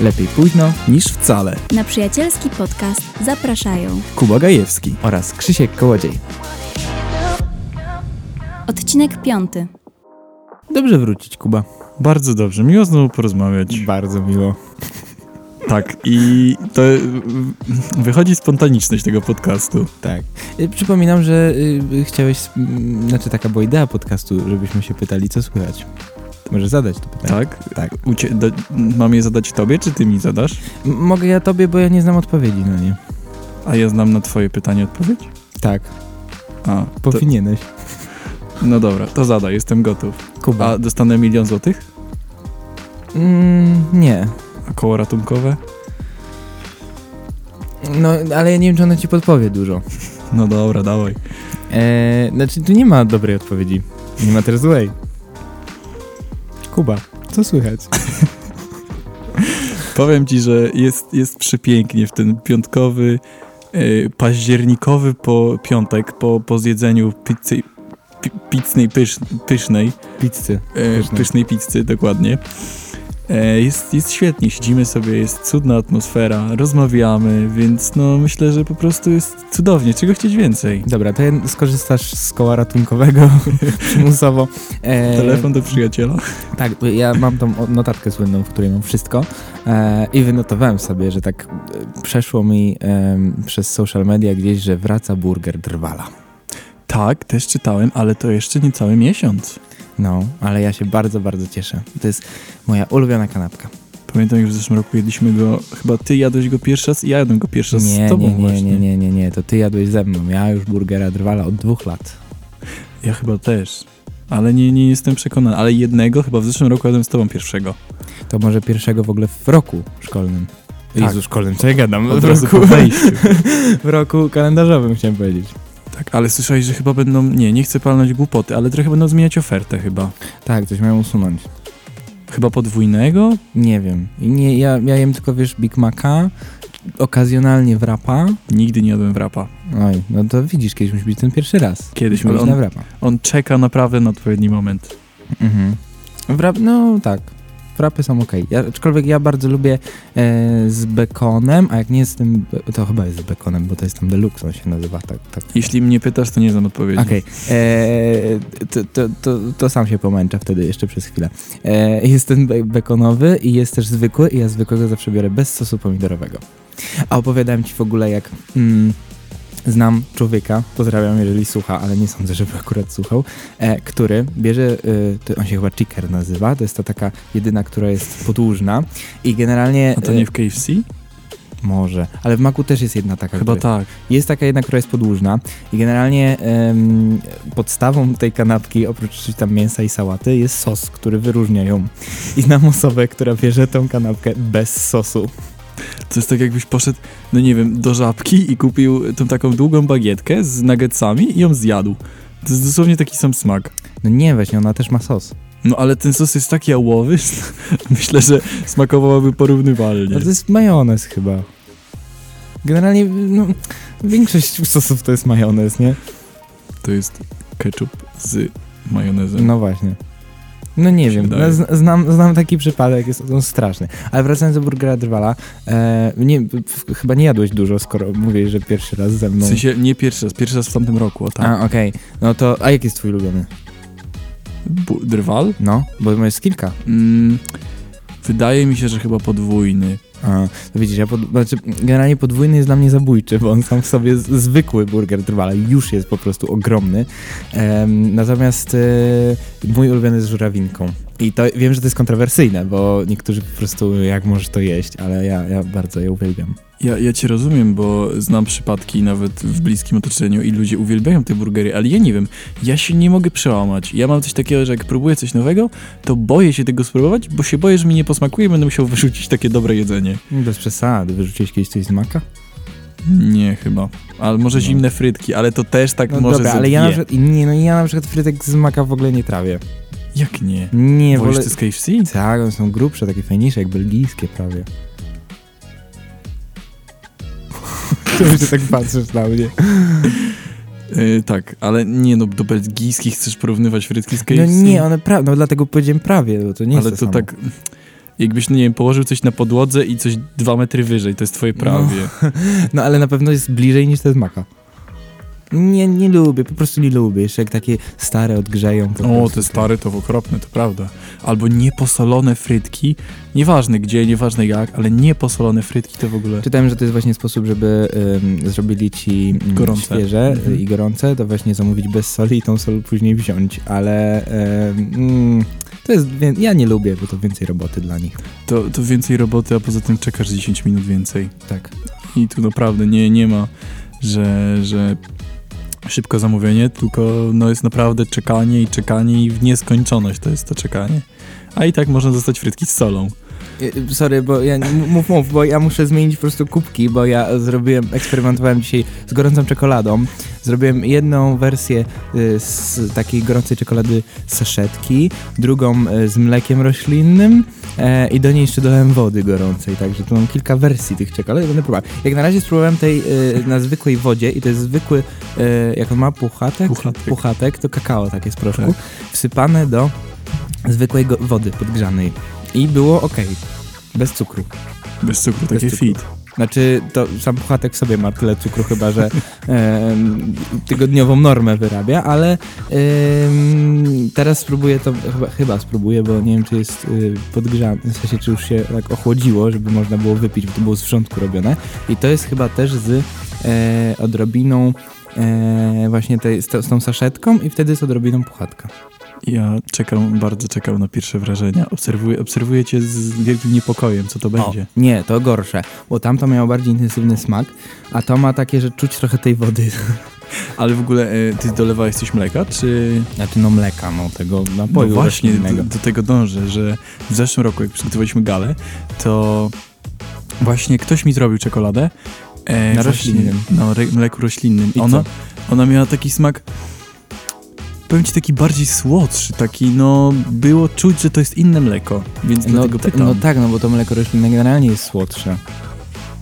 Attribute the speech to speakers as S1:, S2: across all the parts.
S1: Lepiej późno
S2: niż wcale.
S3: Na przyjacielski podcast zapraszają
S2: Kuba Gajewski.
S1: oraz Krzysiek Kołodziej.
S3: odcinek piąty.
S2: Dobrze wrócić, Kuba.
S4: Bardzo dobrze, miło znowu porozmawiać.
S2: Bardzo miło.
S4: Tak, i to mm, wychodzi spontaniczność tego podcastu.
S2: Tak. Y, Przypominam, że y, y, chciałeś, sp- m, znaczy taka była idea podcastu, żebyśmy się pytali, co słychać. To Możesz zadać to pytanie.
S4: Tak?
S2: Tak.
S4: Ucie- da- mam je zadać tobie, czy ty mi zadasz?
S2: M- Mogę ja tobie, bo ja nie znam odpowiedzi na nie.
S4: A ja znam na twoje pytanie odpowiedź?
S2: Tak.
S4: A, to,
S2: Powinieneś.
S4: no dobra, to zadaj, jestem gotów.
S2: Kuba.
S4: A dostanę milion złotych?
S2: Mm, nie.
S4: A koło ratunkowe?
S2: No, ale ja nie wiem, czy ona ci podpowie dużo.
S4: No dobra, dawaj.
S2: E, znaczy, tu nie ma dobrej odpowiedzi. Nie ma też złej. Kuba, co słychać?
S4: Powiem ci, że jest, jest przepięknie w ten piątkowy, e, październikowy po piątek, po, po zjedzeniu pizzy, pi, pizznej pysz, pysznej,
S2: Pizzy.
S4: e,
S2: Pysznej.
S4: pysznej pizzy, dokładnie. E, Jest, jest świetnie, siedzimy sobie, jest cudna atmosfera, rozmawiamy, więc no myślę, że po prostu jest cudownie. Czego chcieć więcej?
S2: Dobra, to ja- skorzystasz z koła ratunkowego przymusowo. E,
S4: Telefon do przyjaciela?
S2: Tak, bo ja mam tą o- notatkę słynną, w której mam wszystko e, i wynotowałem sobie, że tak e, przeszło mi e, przez social media gdzieś, że wraca burger drwala.
S4: Tak, też czytałem, ale to jeszcze niecały miesiąc.
S2: No, ale ja się bardzo, bardzo cieszę. To jest moja ulubiona kanapka.
S4: Pamiętam, jak w zeszłym roku jedliśmy go, chyba ty jadłeś go pierwszy raz i ja jadłem go pierwszy raz
S2: Nie,
S4: z tobą
S2: nie, nie,
S4: właśnie.
S2: nie, nie, nie, nie, to ty jadłeś ze mną. Ja już burgera drwala od dwóch lat.
S4: Ja chyba też, ale nie, nie jestem przekonany. Ale jednego chyba w zeszłym roku jadłem z tobą pierwszego.
S2: To może pierwszego w ogóle w roku szkolnym.
S4: Tak.
S2: szkolnym, co ja gadam?
S4: Od
S2: W
S4: razu
S2: roku,
S4: po wejściu.
S2: w roku kalendarzowym chciałem powiedzieć.
S4: Tak, ale słyszałeś, że chyba będą, nie, nie chcę palnąć głupoty, ale trochę będą zmieniać ofertę chyba.
S2: Tak, coś miałem usunąć.
S4: Chyba podwójnego?
S2: Nie wiem. I Nie, ja, ja jem tylko, wiesz, Big Maca, okazjonalnie wrapa.
S4: Nigdy nie jadłem wrapa.
S2: Oj, no to widzisz, kiedyś musi być ten pierwszy raz.
S4: Kiedyś
S2: Musi
S4: on,
S2: na wrapa.
S4: on czeka naprawdę na odpowiedni moment.
S2: Mhm. Wrap, no tak. Wrapy są ok. Ja, aczkolwiek ja bardzo lubię e, z bekonem, a jak nie z tym, be- to chyba jest z bekonem, bo to jest tam deluxe, on się nazywa tak. tak.
S4: Jeśli mnie pytasz, to nie znam odpowiedzi.
S2: Okej, e, to, to, to, to sam się pomęczę wtedy jeszcze przez chwilę. E, jest ten be- bekonowy i jest też zwykły i ja zwykłego zawsze biorę bez sosu pomidorowego. A opowiadałem ci w ogóle jak mm, znam człowieka, pozdrawiam jeżeli słucha, ale nie sądzę, żeby akurat słuchał, e, który bierze, y, to on się chyba chicker nazywa, to jest ta taka jedyna, która jest podłużna i generalnie...
S4: A to
S2: e,
S4: nie w KFC?
S2: Może, ale w maku też jest jedna taka.
S4: Chyba
S2: która-
S4: tak.
S2: jest taka jedna, która jest podłużna i generalnie em, podstawą tej kanapki, oprócz tam mięsa i sałaty, jest sos, który wyróżnia ją. I znam osobę, która bierze tą kanapkę bez sosu.
S4: To jest tak jakbyś poszedł, no nie wiem, do żabki i kupił tą taką długą bagietkę z nuggetsami i ją zjadł. To jest dosłownie taki sam smak.
S2: No nie, właśnie, ona też ma sos.
S4: No ale ten sos jest taki jałowy, że myślę, że smakowałaby porównywalnie.
S2: No to jest majonez chyba. Generalnie, no, większość sosów to jest majonez, nie?
S4: To jest ketchup z majonezem.
S2: No właśnie. No nie
S4: Tak. się
S2: wiem, no,
S4: wydaje.
S2: zn- znam, znam taki przypadek, jest on straszny. Ale wracając do burgera drwala, e, nie, w- chyba nie jadłeś dużo, skoro mówisz, że pierwszy raz ze mną.
S4: W sensie nie pierwszy raz, pierwszy raz w tamtym roku, o tak.
S2: no. A, okej. No to, a jaki jest twój ulubiony?
S4: Bu- Drwal?
S2: No, bo jest kilka.
S4: Mm, wydaje mi się, że chyba podwójny.
S2: A, to widzisz, ja pod, znaczy, generalnie podwójny jest dla mnie zabójczy, bo on sam w sobie z, zwykły burger drwala już jest po prostu ogromny. Em, natomiast e, mój ulubiony jest z żurawinką. I to wiem, że to jest kontrowersyjne, bo niektórzy po prostu jak możesz to jeść, ale ja, ja bardzo je uwielbiam.
S4: Ja, ja cię rozumiem, bo znam przypadki nawet w bliskim otoczeniu i ludzie uwielbiają te burgery, ale ja nie wiem, ja się nie mogę przełamać. Ja mam coś takiego, że jak próbuję coś nowego, to boję się tego spróbować, bo się boję, że mi nie posmakuje i będę musiał wyrzucić takie dobre jedzenie.
S2: Bez przesady, wyrzuciłeś kiedyś coś z maka?
S4: Nie, chyba. Ale może
S2: No.
S4: zimne frytki, ale to też tak
S2: No
S4: może
S2: dobra,
S4: ze
S2: ale ja na
S4: dwie.
S2: przykład, nie, no ja na przykład frytek z maka w ogóle nie trawię.
S4: Jak nie?
S2: Nie,
S4: nie Wolisz
S2: wolę...
S4: ty z KFC?
S2: Tak, one są grubsze, takie fajniejsze, jak belgijskie prawie. Czemu ty tak patrzysz na mnie?
S4: Yy, tak, ale nie no, do belgijskich chcesz porównywać frytki z
S2: No
S4: KFC?
S2: nie, one prawie, no dlatego powiedziałem prawie, bo to nie
S4: ale
S2: jest
S4: to
S2: to samo.
S4: tak. Jakbyś, no nie wiem, położył coś na podłodze i coś dwa metry wyżej, to jest twoje prawie.
S2: No ale na pewno jest bliżej niż ten maka. Nie, nie lubię, po prostu nie lubię. Jeszcze jak takie stare odgrzeją. po
S4: O,
S2: prostu tak.
S4: te stare to okropne, to prawda. Albo nieposolone frytki, nieważne gdzie, nieważne jak, ale nieposolone frytki to w ogóle...
S2: Czytałem, że to jest właśnie sposób, żeby ym, zrobili ci ym,
S4: Gorące.
S2: świeże
S4: Mhm.
S2: y, i gorące, to właśnie zamówić bez soli i tą sol później wziąć, ale ym, mm, to jest, wie- ja nie lubię, bo to więcej roboty dla nich.
S4: To, to więcej roboty, a poza tym czekasz 10 minut więcej.
S2: Tak.
S4: I tu naprawdę nie, nie ma, że, że szybko zamówienie, tylko no jest naprawdę czekanie i czekanie i w nieskończoność to jest to czekanie. A i tak można dostać frytki z solą.
S2: Y, Sorry, bo ja, m- mów, mów, bo ja muszę zmienić po prostu kubki, bo ja zrobiłem, eksperymentowałem dzisiaj z gorącą czekoladą. Zrobiłem jedną wersję y, z takiej gorącej czekolady saszetki, drugą y, z mlekiem roślinnym e, i do niej jeszcze dodałem wody gorącej, także tu mam kilka wersji tych czekolad i będę próbował. Jak na razie spróbowałem tej y, na zwykłej wodzie i to jest zwykły, y, jak on ma puchatek?
S4: Puchatek.
S2: Puchatek, to kakao takie z proszku, wsypane do zwykłej go- wody podgrzanej i było ok. Bez cukru.
S4: Bez cukru, takie
S2: cukru.
S4: fit.
S2: Znaczy, to sam puchatek sobie ma tyle cukru, chyba że em, tygodniową normę wyrabia, ale em, teraz spróbuję to, chyba, chyba spróbuję, bo nie wiem, czy jest y, podgrzany, w sensie, czy już się tak ochłodziło, żeby można było wypić, bo to było z wrzątku robione. I to jest chyba też z e, odrobiną e, właśnie tej, z, to, z tą saszetką i wtedy z odrobiną puchatka.
S4: Ja czekam, bardzo czekam na pierwsze wrażenia. Obserwuję, obserwuję cię z wielkim niepokojem, co to będzie.
S2: O, nie, to gorsze, bo tamto miało bardziej intensywny smak, a to ma takie, że czuć trochę tej wody.
S4: Ale w ogóle e, ty dolewałeś coś mleka, czy...
S2: Znaczy no mleka, no tego napoju
S4: no właśnie, do,
S2: roślinnego.
S4: do tego dążę, że w zeszłym roku, jak przygotowaliśmy galę, to właśnie ktoś mi zrobił czekoladę. e,
S2: Na
S4: właśnie
S2: roślinnym.
S4: Na re- mleku roślinnym.
S2: I
S4: ona,
S2: co?
S4: ona miała taki smak, powiem ci, taki bardziej słodszy, taki no, było czuć, że to jest inne mleko, więc
S2: No,
S4: dlatego
S2: t-
S4: pytam.
S2: no tak, no bo to mleko roślinne generalnie jest słodsze.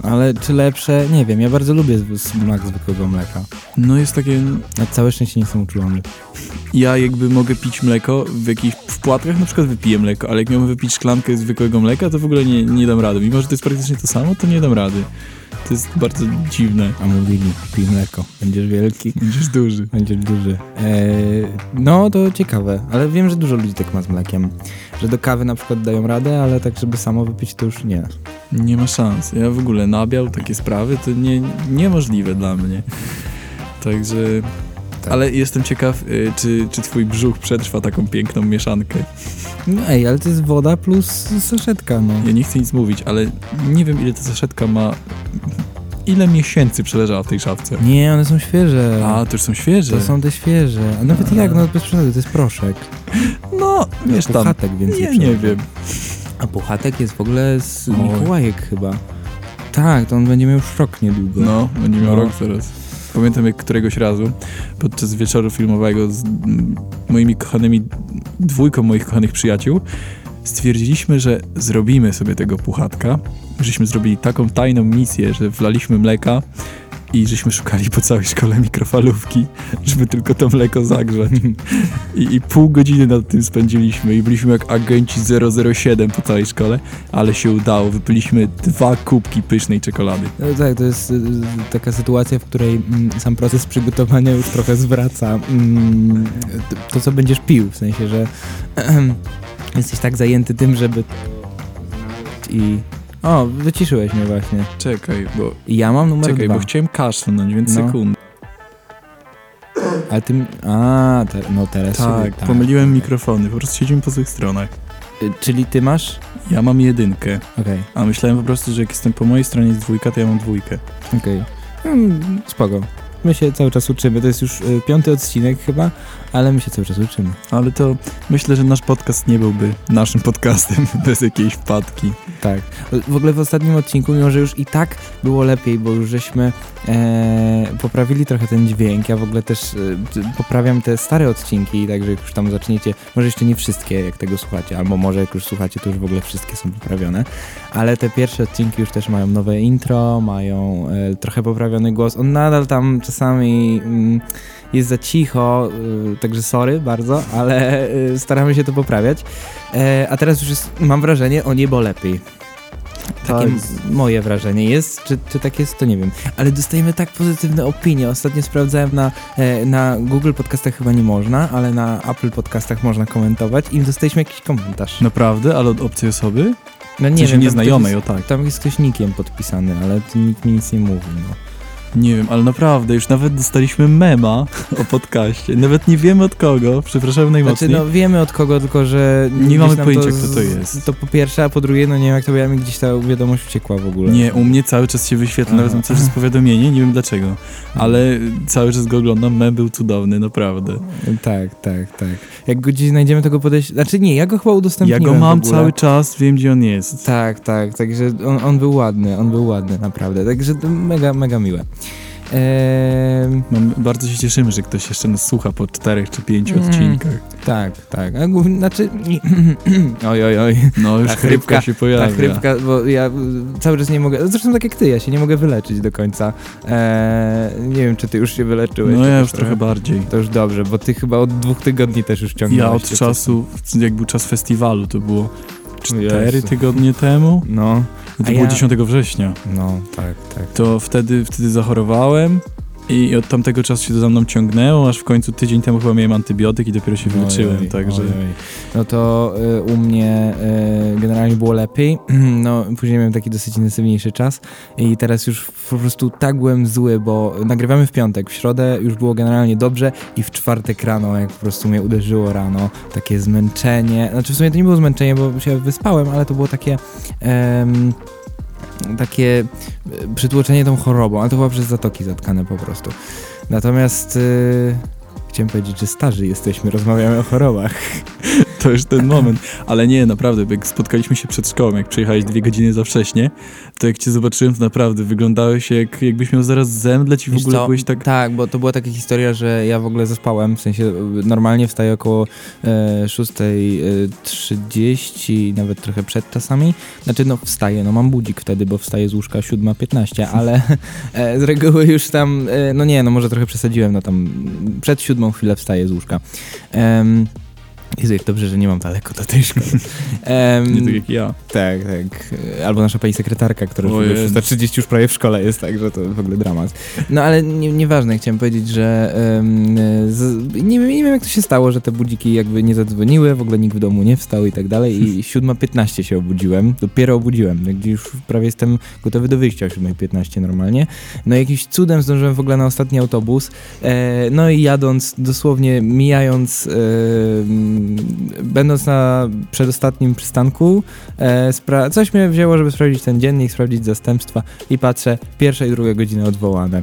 S2: Ale czy lepsze? Nie wiem, ja bardzo lubię z- smak zwykłego mleka.
S4: no jest takie,
S2: Na całe szczęście nie jestem uczulony.
S4: ja jakby mogę pić mleko w jakichś, w płatkach na przykład wypiję mleko, ale jak miałbym wypić szklankę zwykłego mleka, to w ogóle nie, nie dam rady. Mimo, że to jest praktycznie to samo, to nie dam rady. To jest bardzo dziwne.
S2: A mówili, pij mleko, będziesz wielki,
S4: Będziesz duży.
S2: będziesz duży. Eee, no to ciekawe, ale wiem, że dużo ludzi tak ma z mlekiem. Że do kawy na przykład dają radę, ale tak żeby samo wypić to już nie.
S4: Nie ma szans. Ja w ogóle nabiał takie sprawy to nie, niemożliwe dla mnie. Także.
S2: Tak.
S4: Ale jestem ciekaw, y, czy, czy twój brzuch przetrwa taką piękną mieszankę.
S2: No ej, ale to jest woda plus saszetka, no.
S4: Ja nie chcę nic mówić, ale nie wiem, ile ta saszetka ma. Ile miesięcy przeleżała w tej szafce.
S2: Nie, one są świeże.
S4: A, to już są świeże.
S2: No. To są te świeże. A nawet
S4: A.
S2: jak, no bez przesady, to jest proszek.
S4: No, wiesz tam.
S2: Puchatek więcej.
S4: Nie, nie
S2: przynajmniej.
S4: wiem.
S2: A puchatek jest w ogóle z
S4: Oj.
S2: Mikołajek chyba. Tak, to on będzie miał szok niedługo.
S4: No, będzie miał
S2: No.
S4: rok zaraz. Pamiętam jak któregoś razu podczas wieczoru filmowego z mm, moimi kochanymi, dwójką moich kochanych przyjaciół stwierdziliśmy, że zrobimy sobie tego puchatka. Żeśmy zrobili taką tajną misję, że wlaliśmy mleka i żeśmy szukali po całej szkole mikrofalówki, żeby tylko to mleko zagrzać. I, I pół godziny nad tym spędziliśmy i byliśmy jak agenci 007 po całej szkole, ale się udało. Wypiliśmy dwa kubki pysznej czekolady.
S2: No tak, to jest y, taka sytuacja, w której mm, sam proces przygotowania już trochę zwraca mm, t- to, co będziesz pił, w sensie, że jesteś tak zajęty tym, żeby i... O, wyciszyłeś mnie właśnie.
S4: Czekaj, bo
S2: I Ja mam numer
S4: Czekaj,
S2: dwa.
S4: bo chciałem kaszlnąć, więc
S2: No.
S4: sekundę.
S2: A ty... A, te, no teraz... sobie-
S4: Tak, pomyliłem mikrofony, po prostu siedzimy po złych stronach.
S2: Y, Czyli ty masz?
S4: Ja mam jedynkę,
S2: Okej.
S4: a myślałem po prostu, że jak jestem po mojej stronie jest dwójka, to ja mam dwójkę.
S2: Okej. Mm, Spoko. My się cały czas uczymy. To jest już y, piąty odcinek chyba, ale my się cały czas uczymy.
S4: Ale to myślę, że nasz podcast nie byłby naszym podcastem bez jakiejś wpadki.
S2: Tak. W ogóle w ostatnim odcinku, mimo że już i tak było lepiej, bo już żeśmy e, poprawili trochę ten dźwięk. Ja w ogóle też e, d- poprawiam te stare odcinki, także jak już tam zaczniecie, może jeszcze nie wszystkie, jak tego słuchacie, albo może jak już słuchacie, to już w ogóle wszystkie są poprawione. Ale te pierwsze odcinki już też mają nowe intro, mają e, trochę poprawiony głos. On nadal tam czasami mm, jest za cicho, y, także sorry bardzo, ale y, staramy się to poprawiać. E, a teraz już jest, mam wrażenie o niebo lepiej. Takie
S4: Tak.
S2: m- moje wrażenie jest, czy, czy tak jest, to nie wiem. Ale dostajemy tak pozytywne opinie. Ostatnio sprawdzałem na, e, na Google Podcastach chyba nie można, ale na Apple Podcastach można komentować i dostaliśmy jakiś komentarz.
S4: Naprawdę? Ale od obcej osoby?
S2: No
S4: Nie, Coś
S2: tam
S4: nieznajomej,
S2: ktoś
S4: o tak.
S2: Jest, tam jest ktoś nikiem podpisany, ale tu nikt mi nic nie mówi. No.
S4: Nie wiem, ale naprawdę, już nawet dostaliśmy mema o podcaście. Nawet nie wiemy od kogo, przepraszam
S2: Znaczy,
S4: najmocniej.
S2: no wiemy od kogo, tylko że...
S4: Nie
S2: gdzieś
S4: mamy
S2: nam
S4: pojęcia,
S2: z-
S4: kto to jest.
S2: To po pierwsze, a po drugie, no nie wiem jak to było, mi gdzieś ta wiadomość uciekła w ogóle.
S4: Nie, u mnie cały czas się wyświetla, nawet
S2: Aha.
S4: mam cały czas powiadomienie, nie wiem dlaczego. Ale cały czas go oglądam, mem był cudowny, naprawdę.
S2: Tak, tak, tak. Jak go gdzieś znajdziemy, to go podejść... Znaczy nie, ja go chyba
S4: Ja
S2: udostępniłem
S4: go mam
S2: w ogóle.
S4: cały czas, wiem gdzie on jest.
S2: Tak, tak, także on, on był ładny, on był ładny, naprawdę. Także to mega, mega miłe. Eee,
S4: Mam, bardzo się cieszymy, że ktoś jeszcze nas słucha po czterech czy pięciu
S2: Mm.
S4: odcinkach.
S2: tak, tak. A głównie, znaczy. Oj, oj, oj.
S4: No już
S2: Ta
S4: chrypka,
S2: chrypka-
S4: się
S2: Ta
S4: pojawia.
S2: chrypka, bo ja y, cały czas nie mogę. Zresztą tak jak ty, ja się nie mogę wyleczyć do końca. Eee, nie wiem, czy ty już się wyleczyłeś.
S4: No ja
S2: chociaż
S4: już trochę bardziej.
S2: To już dobrze, bo ty chyba od dwóch tygodni też już ciągnąłeś.
S4: Ja od
S2: się coś.
S4: czasu, jak był czas festiwalu, to było cztery
S2: Jezu.
S4: tygodnie temu.
S2: No,
S4: No to
S2: A
S4: było
S2: ja-
S4: 10 września.
S2: no, tak, tak.
S4: To wtedy, wtedy zachorowałem i od tamtego czasu się to za mną ciągnęło, aż w końcu tydzień temu chyba miałem antybiotyk i dopiero się wyleczyłem,
S2: No Ojej,
S4: także...
S2: ojej. No to y, u mnie y, generalnie było lepiej. No, później miałem taki dosyć intensywniejszy czas i teraz już po prostu tak byłem zły, bo nagrywamy w piątek, w środę już było generalnie dobrze i w czwartek rano, jak po prostu mnie uderzyło rano, takie zmęczenie. Znaczy w sumie to nie było zmęczenie, bo się wyspałem, ale to było takie... em, takie e, przytłoczenie tą chorobą, ale to była przez zatoki zatkane po prostu. Natomiast y, chciałem powiedzieć, że starzy jesteśmy, rozmawiamy o chorobach.
S4: To już ten moment. Ale nie, naprawdę, jak spotkaliśmy się przed szkołą, jak przyjechałeś dwie godziny za wcześnie, to jak cię zobaczyłem, to naprawdę wyglądałeś jak, jakbyś miał zaraz zemdleć i w
S2: Wiesz
S4: ogóle
S2: co?
S4: byłeś tak...
S2: Tak, bo to była taka historia, że ja w ogóle zaspałem, w sensie y, normalnie wstaję około e, 6.30, nawet trochę przed czasami. Znaczy no wstaję, no mam budzik wtedy, bo wstaję z łóżka 7.15, ale e, z reguły już tam, e, no nie, no może trochę przesadziłem, no tam przed siódmą chwilę wstaję z łóżka. Um, Jezu, jak dobrze, że nie mam daleko do tej szkoły. Em,
S4: Nie tak jak ja.
S2: Tak, tak. Albo nasza pani sekretarka, która
S4: Ojej.
S2: już 630 już prawie w szkole jest, także to w ogóle dramat. No ale nie- nieważne, chciałem powiedzieć, że em, z, nie, wiem, nie wiem jak to się stało, że te budziki jakby nie zadzwoniły, w ogóle nikt w domu nie wstał i tak dalej i 7.15 się obudziłem, dopiero obudziłem, gdzie już prawie jestem gotowy do wyjścia o 7.15 normalnie. No i jakimś cudem zdążyłem w ogóle na ostatni autobus, e, no i jadąc, dosłownie mijając, e, m, będąc na przedostatnim przystanku, E, spra- coś mnie wzięło, żeby sprawdzić ten dziennik, sprawdzić zastępstwa i patrzę, pierwsza i druga godzina odwołane.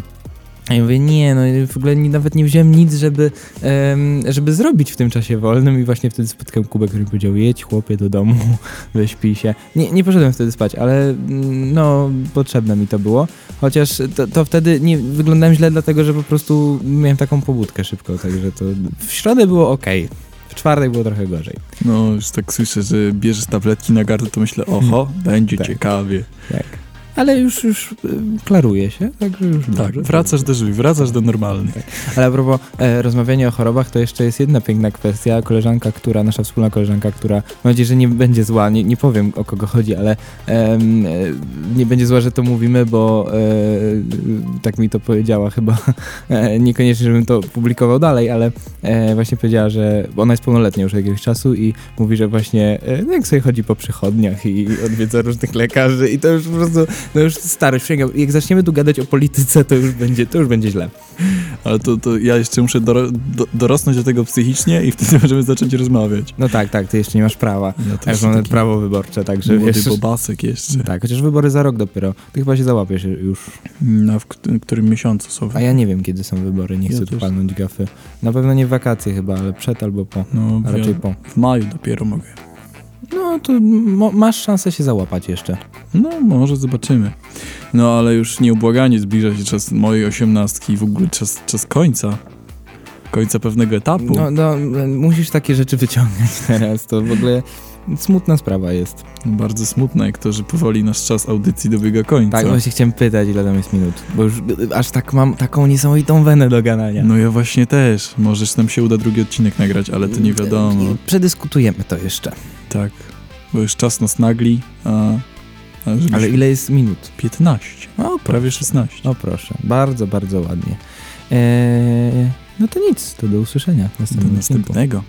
S2: A ja mówię, nie, no i w ogóle ni- nawet nie wziąłem nic, żeby, em, żeby zrobić w tym czasie wolnym i właśnie wtedy spotkałem Kubę, który powiedział, jedź chłopie do domu, wyśpij się. Nie, nie poszedłem wtedy spać, ale mm, no, potrzebne mi to było. Chociaż to, to wtedy nie wyglądałem źle, dlatego że po prostu miałem taką pobudkę szybko, także to w środę było ok, w czwartek było trochę gorzej.
S4: No, już tak słyszę, że bierzesz tabletki na gardło, to myślę, oho, będzie
S2: Tak.
S4: ciekawie.
S2: Ale już, już em, klaruje się, także już
S4: Tak,
S2: dobrze. Tak.
S4: wracasz do żywych, wracasz do normalnych.
S2: Ale a propos e, rozmawiania o chorobach, to jeszcze jest jedna piękna kwestia. Koleżanka, która, nasza wspólna koleżanka, która, mam nadzieję, że nie będzie zła, nie, nie powiem o kogo chodzi, ale em, e, nie będzie zła, że to mówimy, bo e, tak mi to powiedziała chyba, e, niekoniecznie, żebym to publikował dalej, ale e, właśnie powiedziała, że bo ona jest pełnoletnia już od jakiegoś czasu i mówi, że właśnie e, no jak sobie chodzi po przychodniach i odwiedza różnych lekarzy i to już po prostu, no już stary, sięgam. Jak zaczniemy tu gadać o polityce, to już będzie, to już będzie źle.
S4: Ale to, to ja jeszcze muszę doro, do, dorosnąć do tego psychicznie i wtedy możemy zacząć rozmawiać.
S2: No tak, tak, ty jeszcze nie masz prawa.
S4: Ja
S2: Ja już mam nawet prawo wyborcze, także
S4: młody
S2: wiesz...
S4: bobasek jeszcze.
S2: Tak, chociaż wybory za rok dopiero. Ty chyba się załapiesz już.
S4: Na w kt- którym miesiącu są.
S2: A ja nie wiem, kiedy są wybory, nie
S4: Ja
S2: chcę tu
S4: też.
S2: palnąć gafy. Na pewno nie w wakacje chyba, ale przed albo po.
S4: No,
S2: A
S4: w,
S2: raczej po.
S4: w maju dopiero mogę.
S2: No to mo- masz szansę się załapać jeszcze.
S4: No, może zobaczymy. No, ale już nieubłaganie zbliża się czas mojej osiemnastki i w ogóle czas, czas końca. końca pewnego etapu.
S2: No, no, musisz takie rzeczy wyciągać teraz, to w ogóle smutna sprawa jest.
S4: Bardzo smutne, jak to, że powoli nasz czas audycji dobiega końca.
S2: Tak, właśnie chciałem pytać, ile tam jest minut, bo już y, aż tak mam taką niesamowitą wenę do gadania.
S4: No ja właśnie też. Możesz nam się uda drugi odcinek nagrać, ale to nie wiadomo.
S2: Y, Przedyskutujemy to jeszcze.
S4: Tak, bo już czas nas nagli, a, a żebyś...
S2: Ale ile jest minut?
S4: 15,
S2: O,
S4: No, prawie 16.
S2: O no proszę, bardzo, bardzo ładnie. Eee, no to nic, to do usłyszenia.
S4: Do
S2: Następnego.
S4: następnego.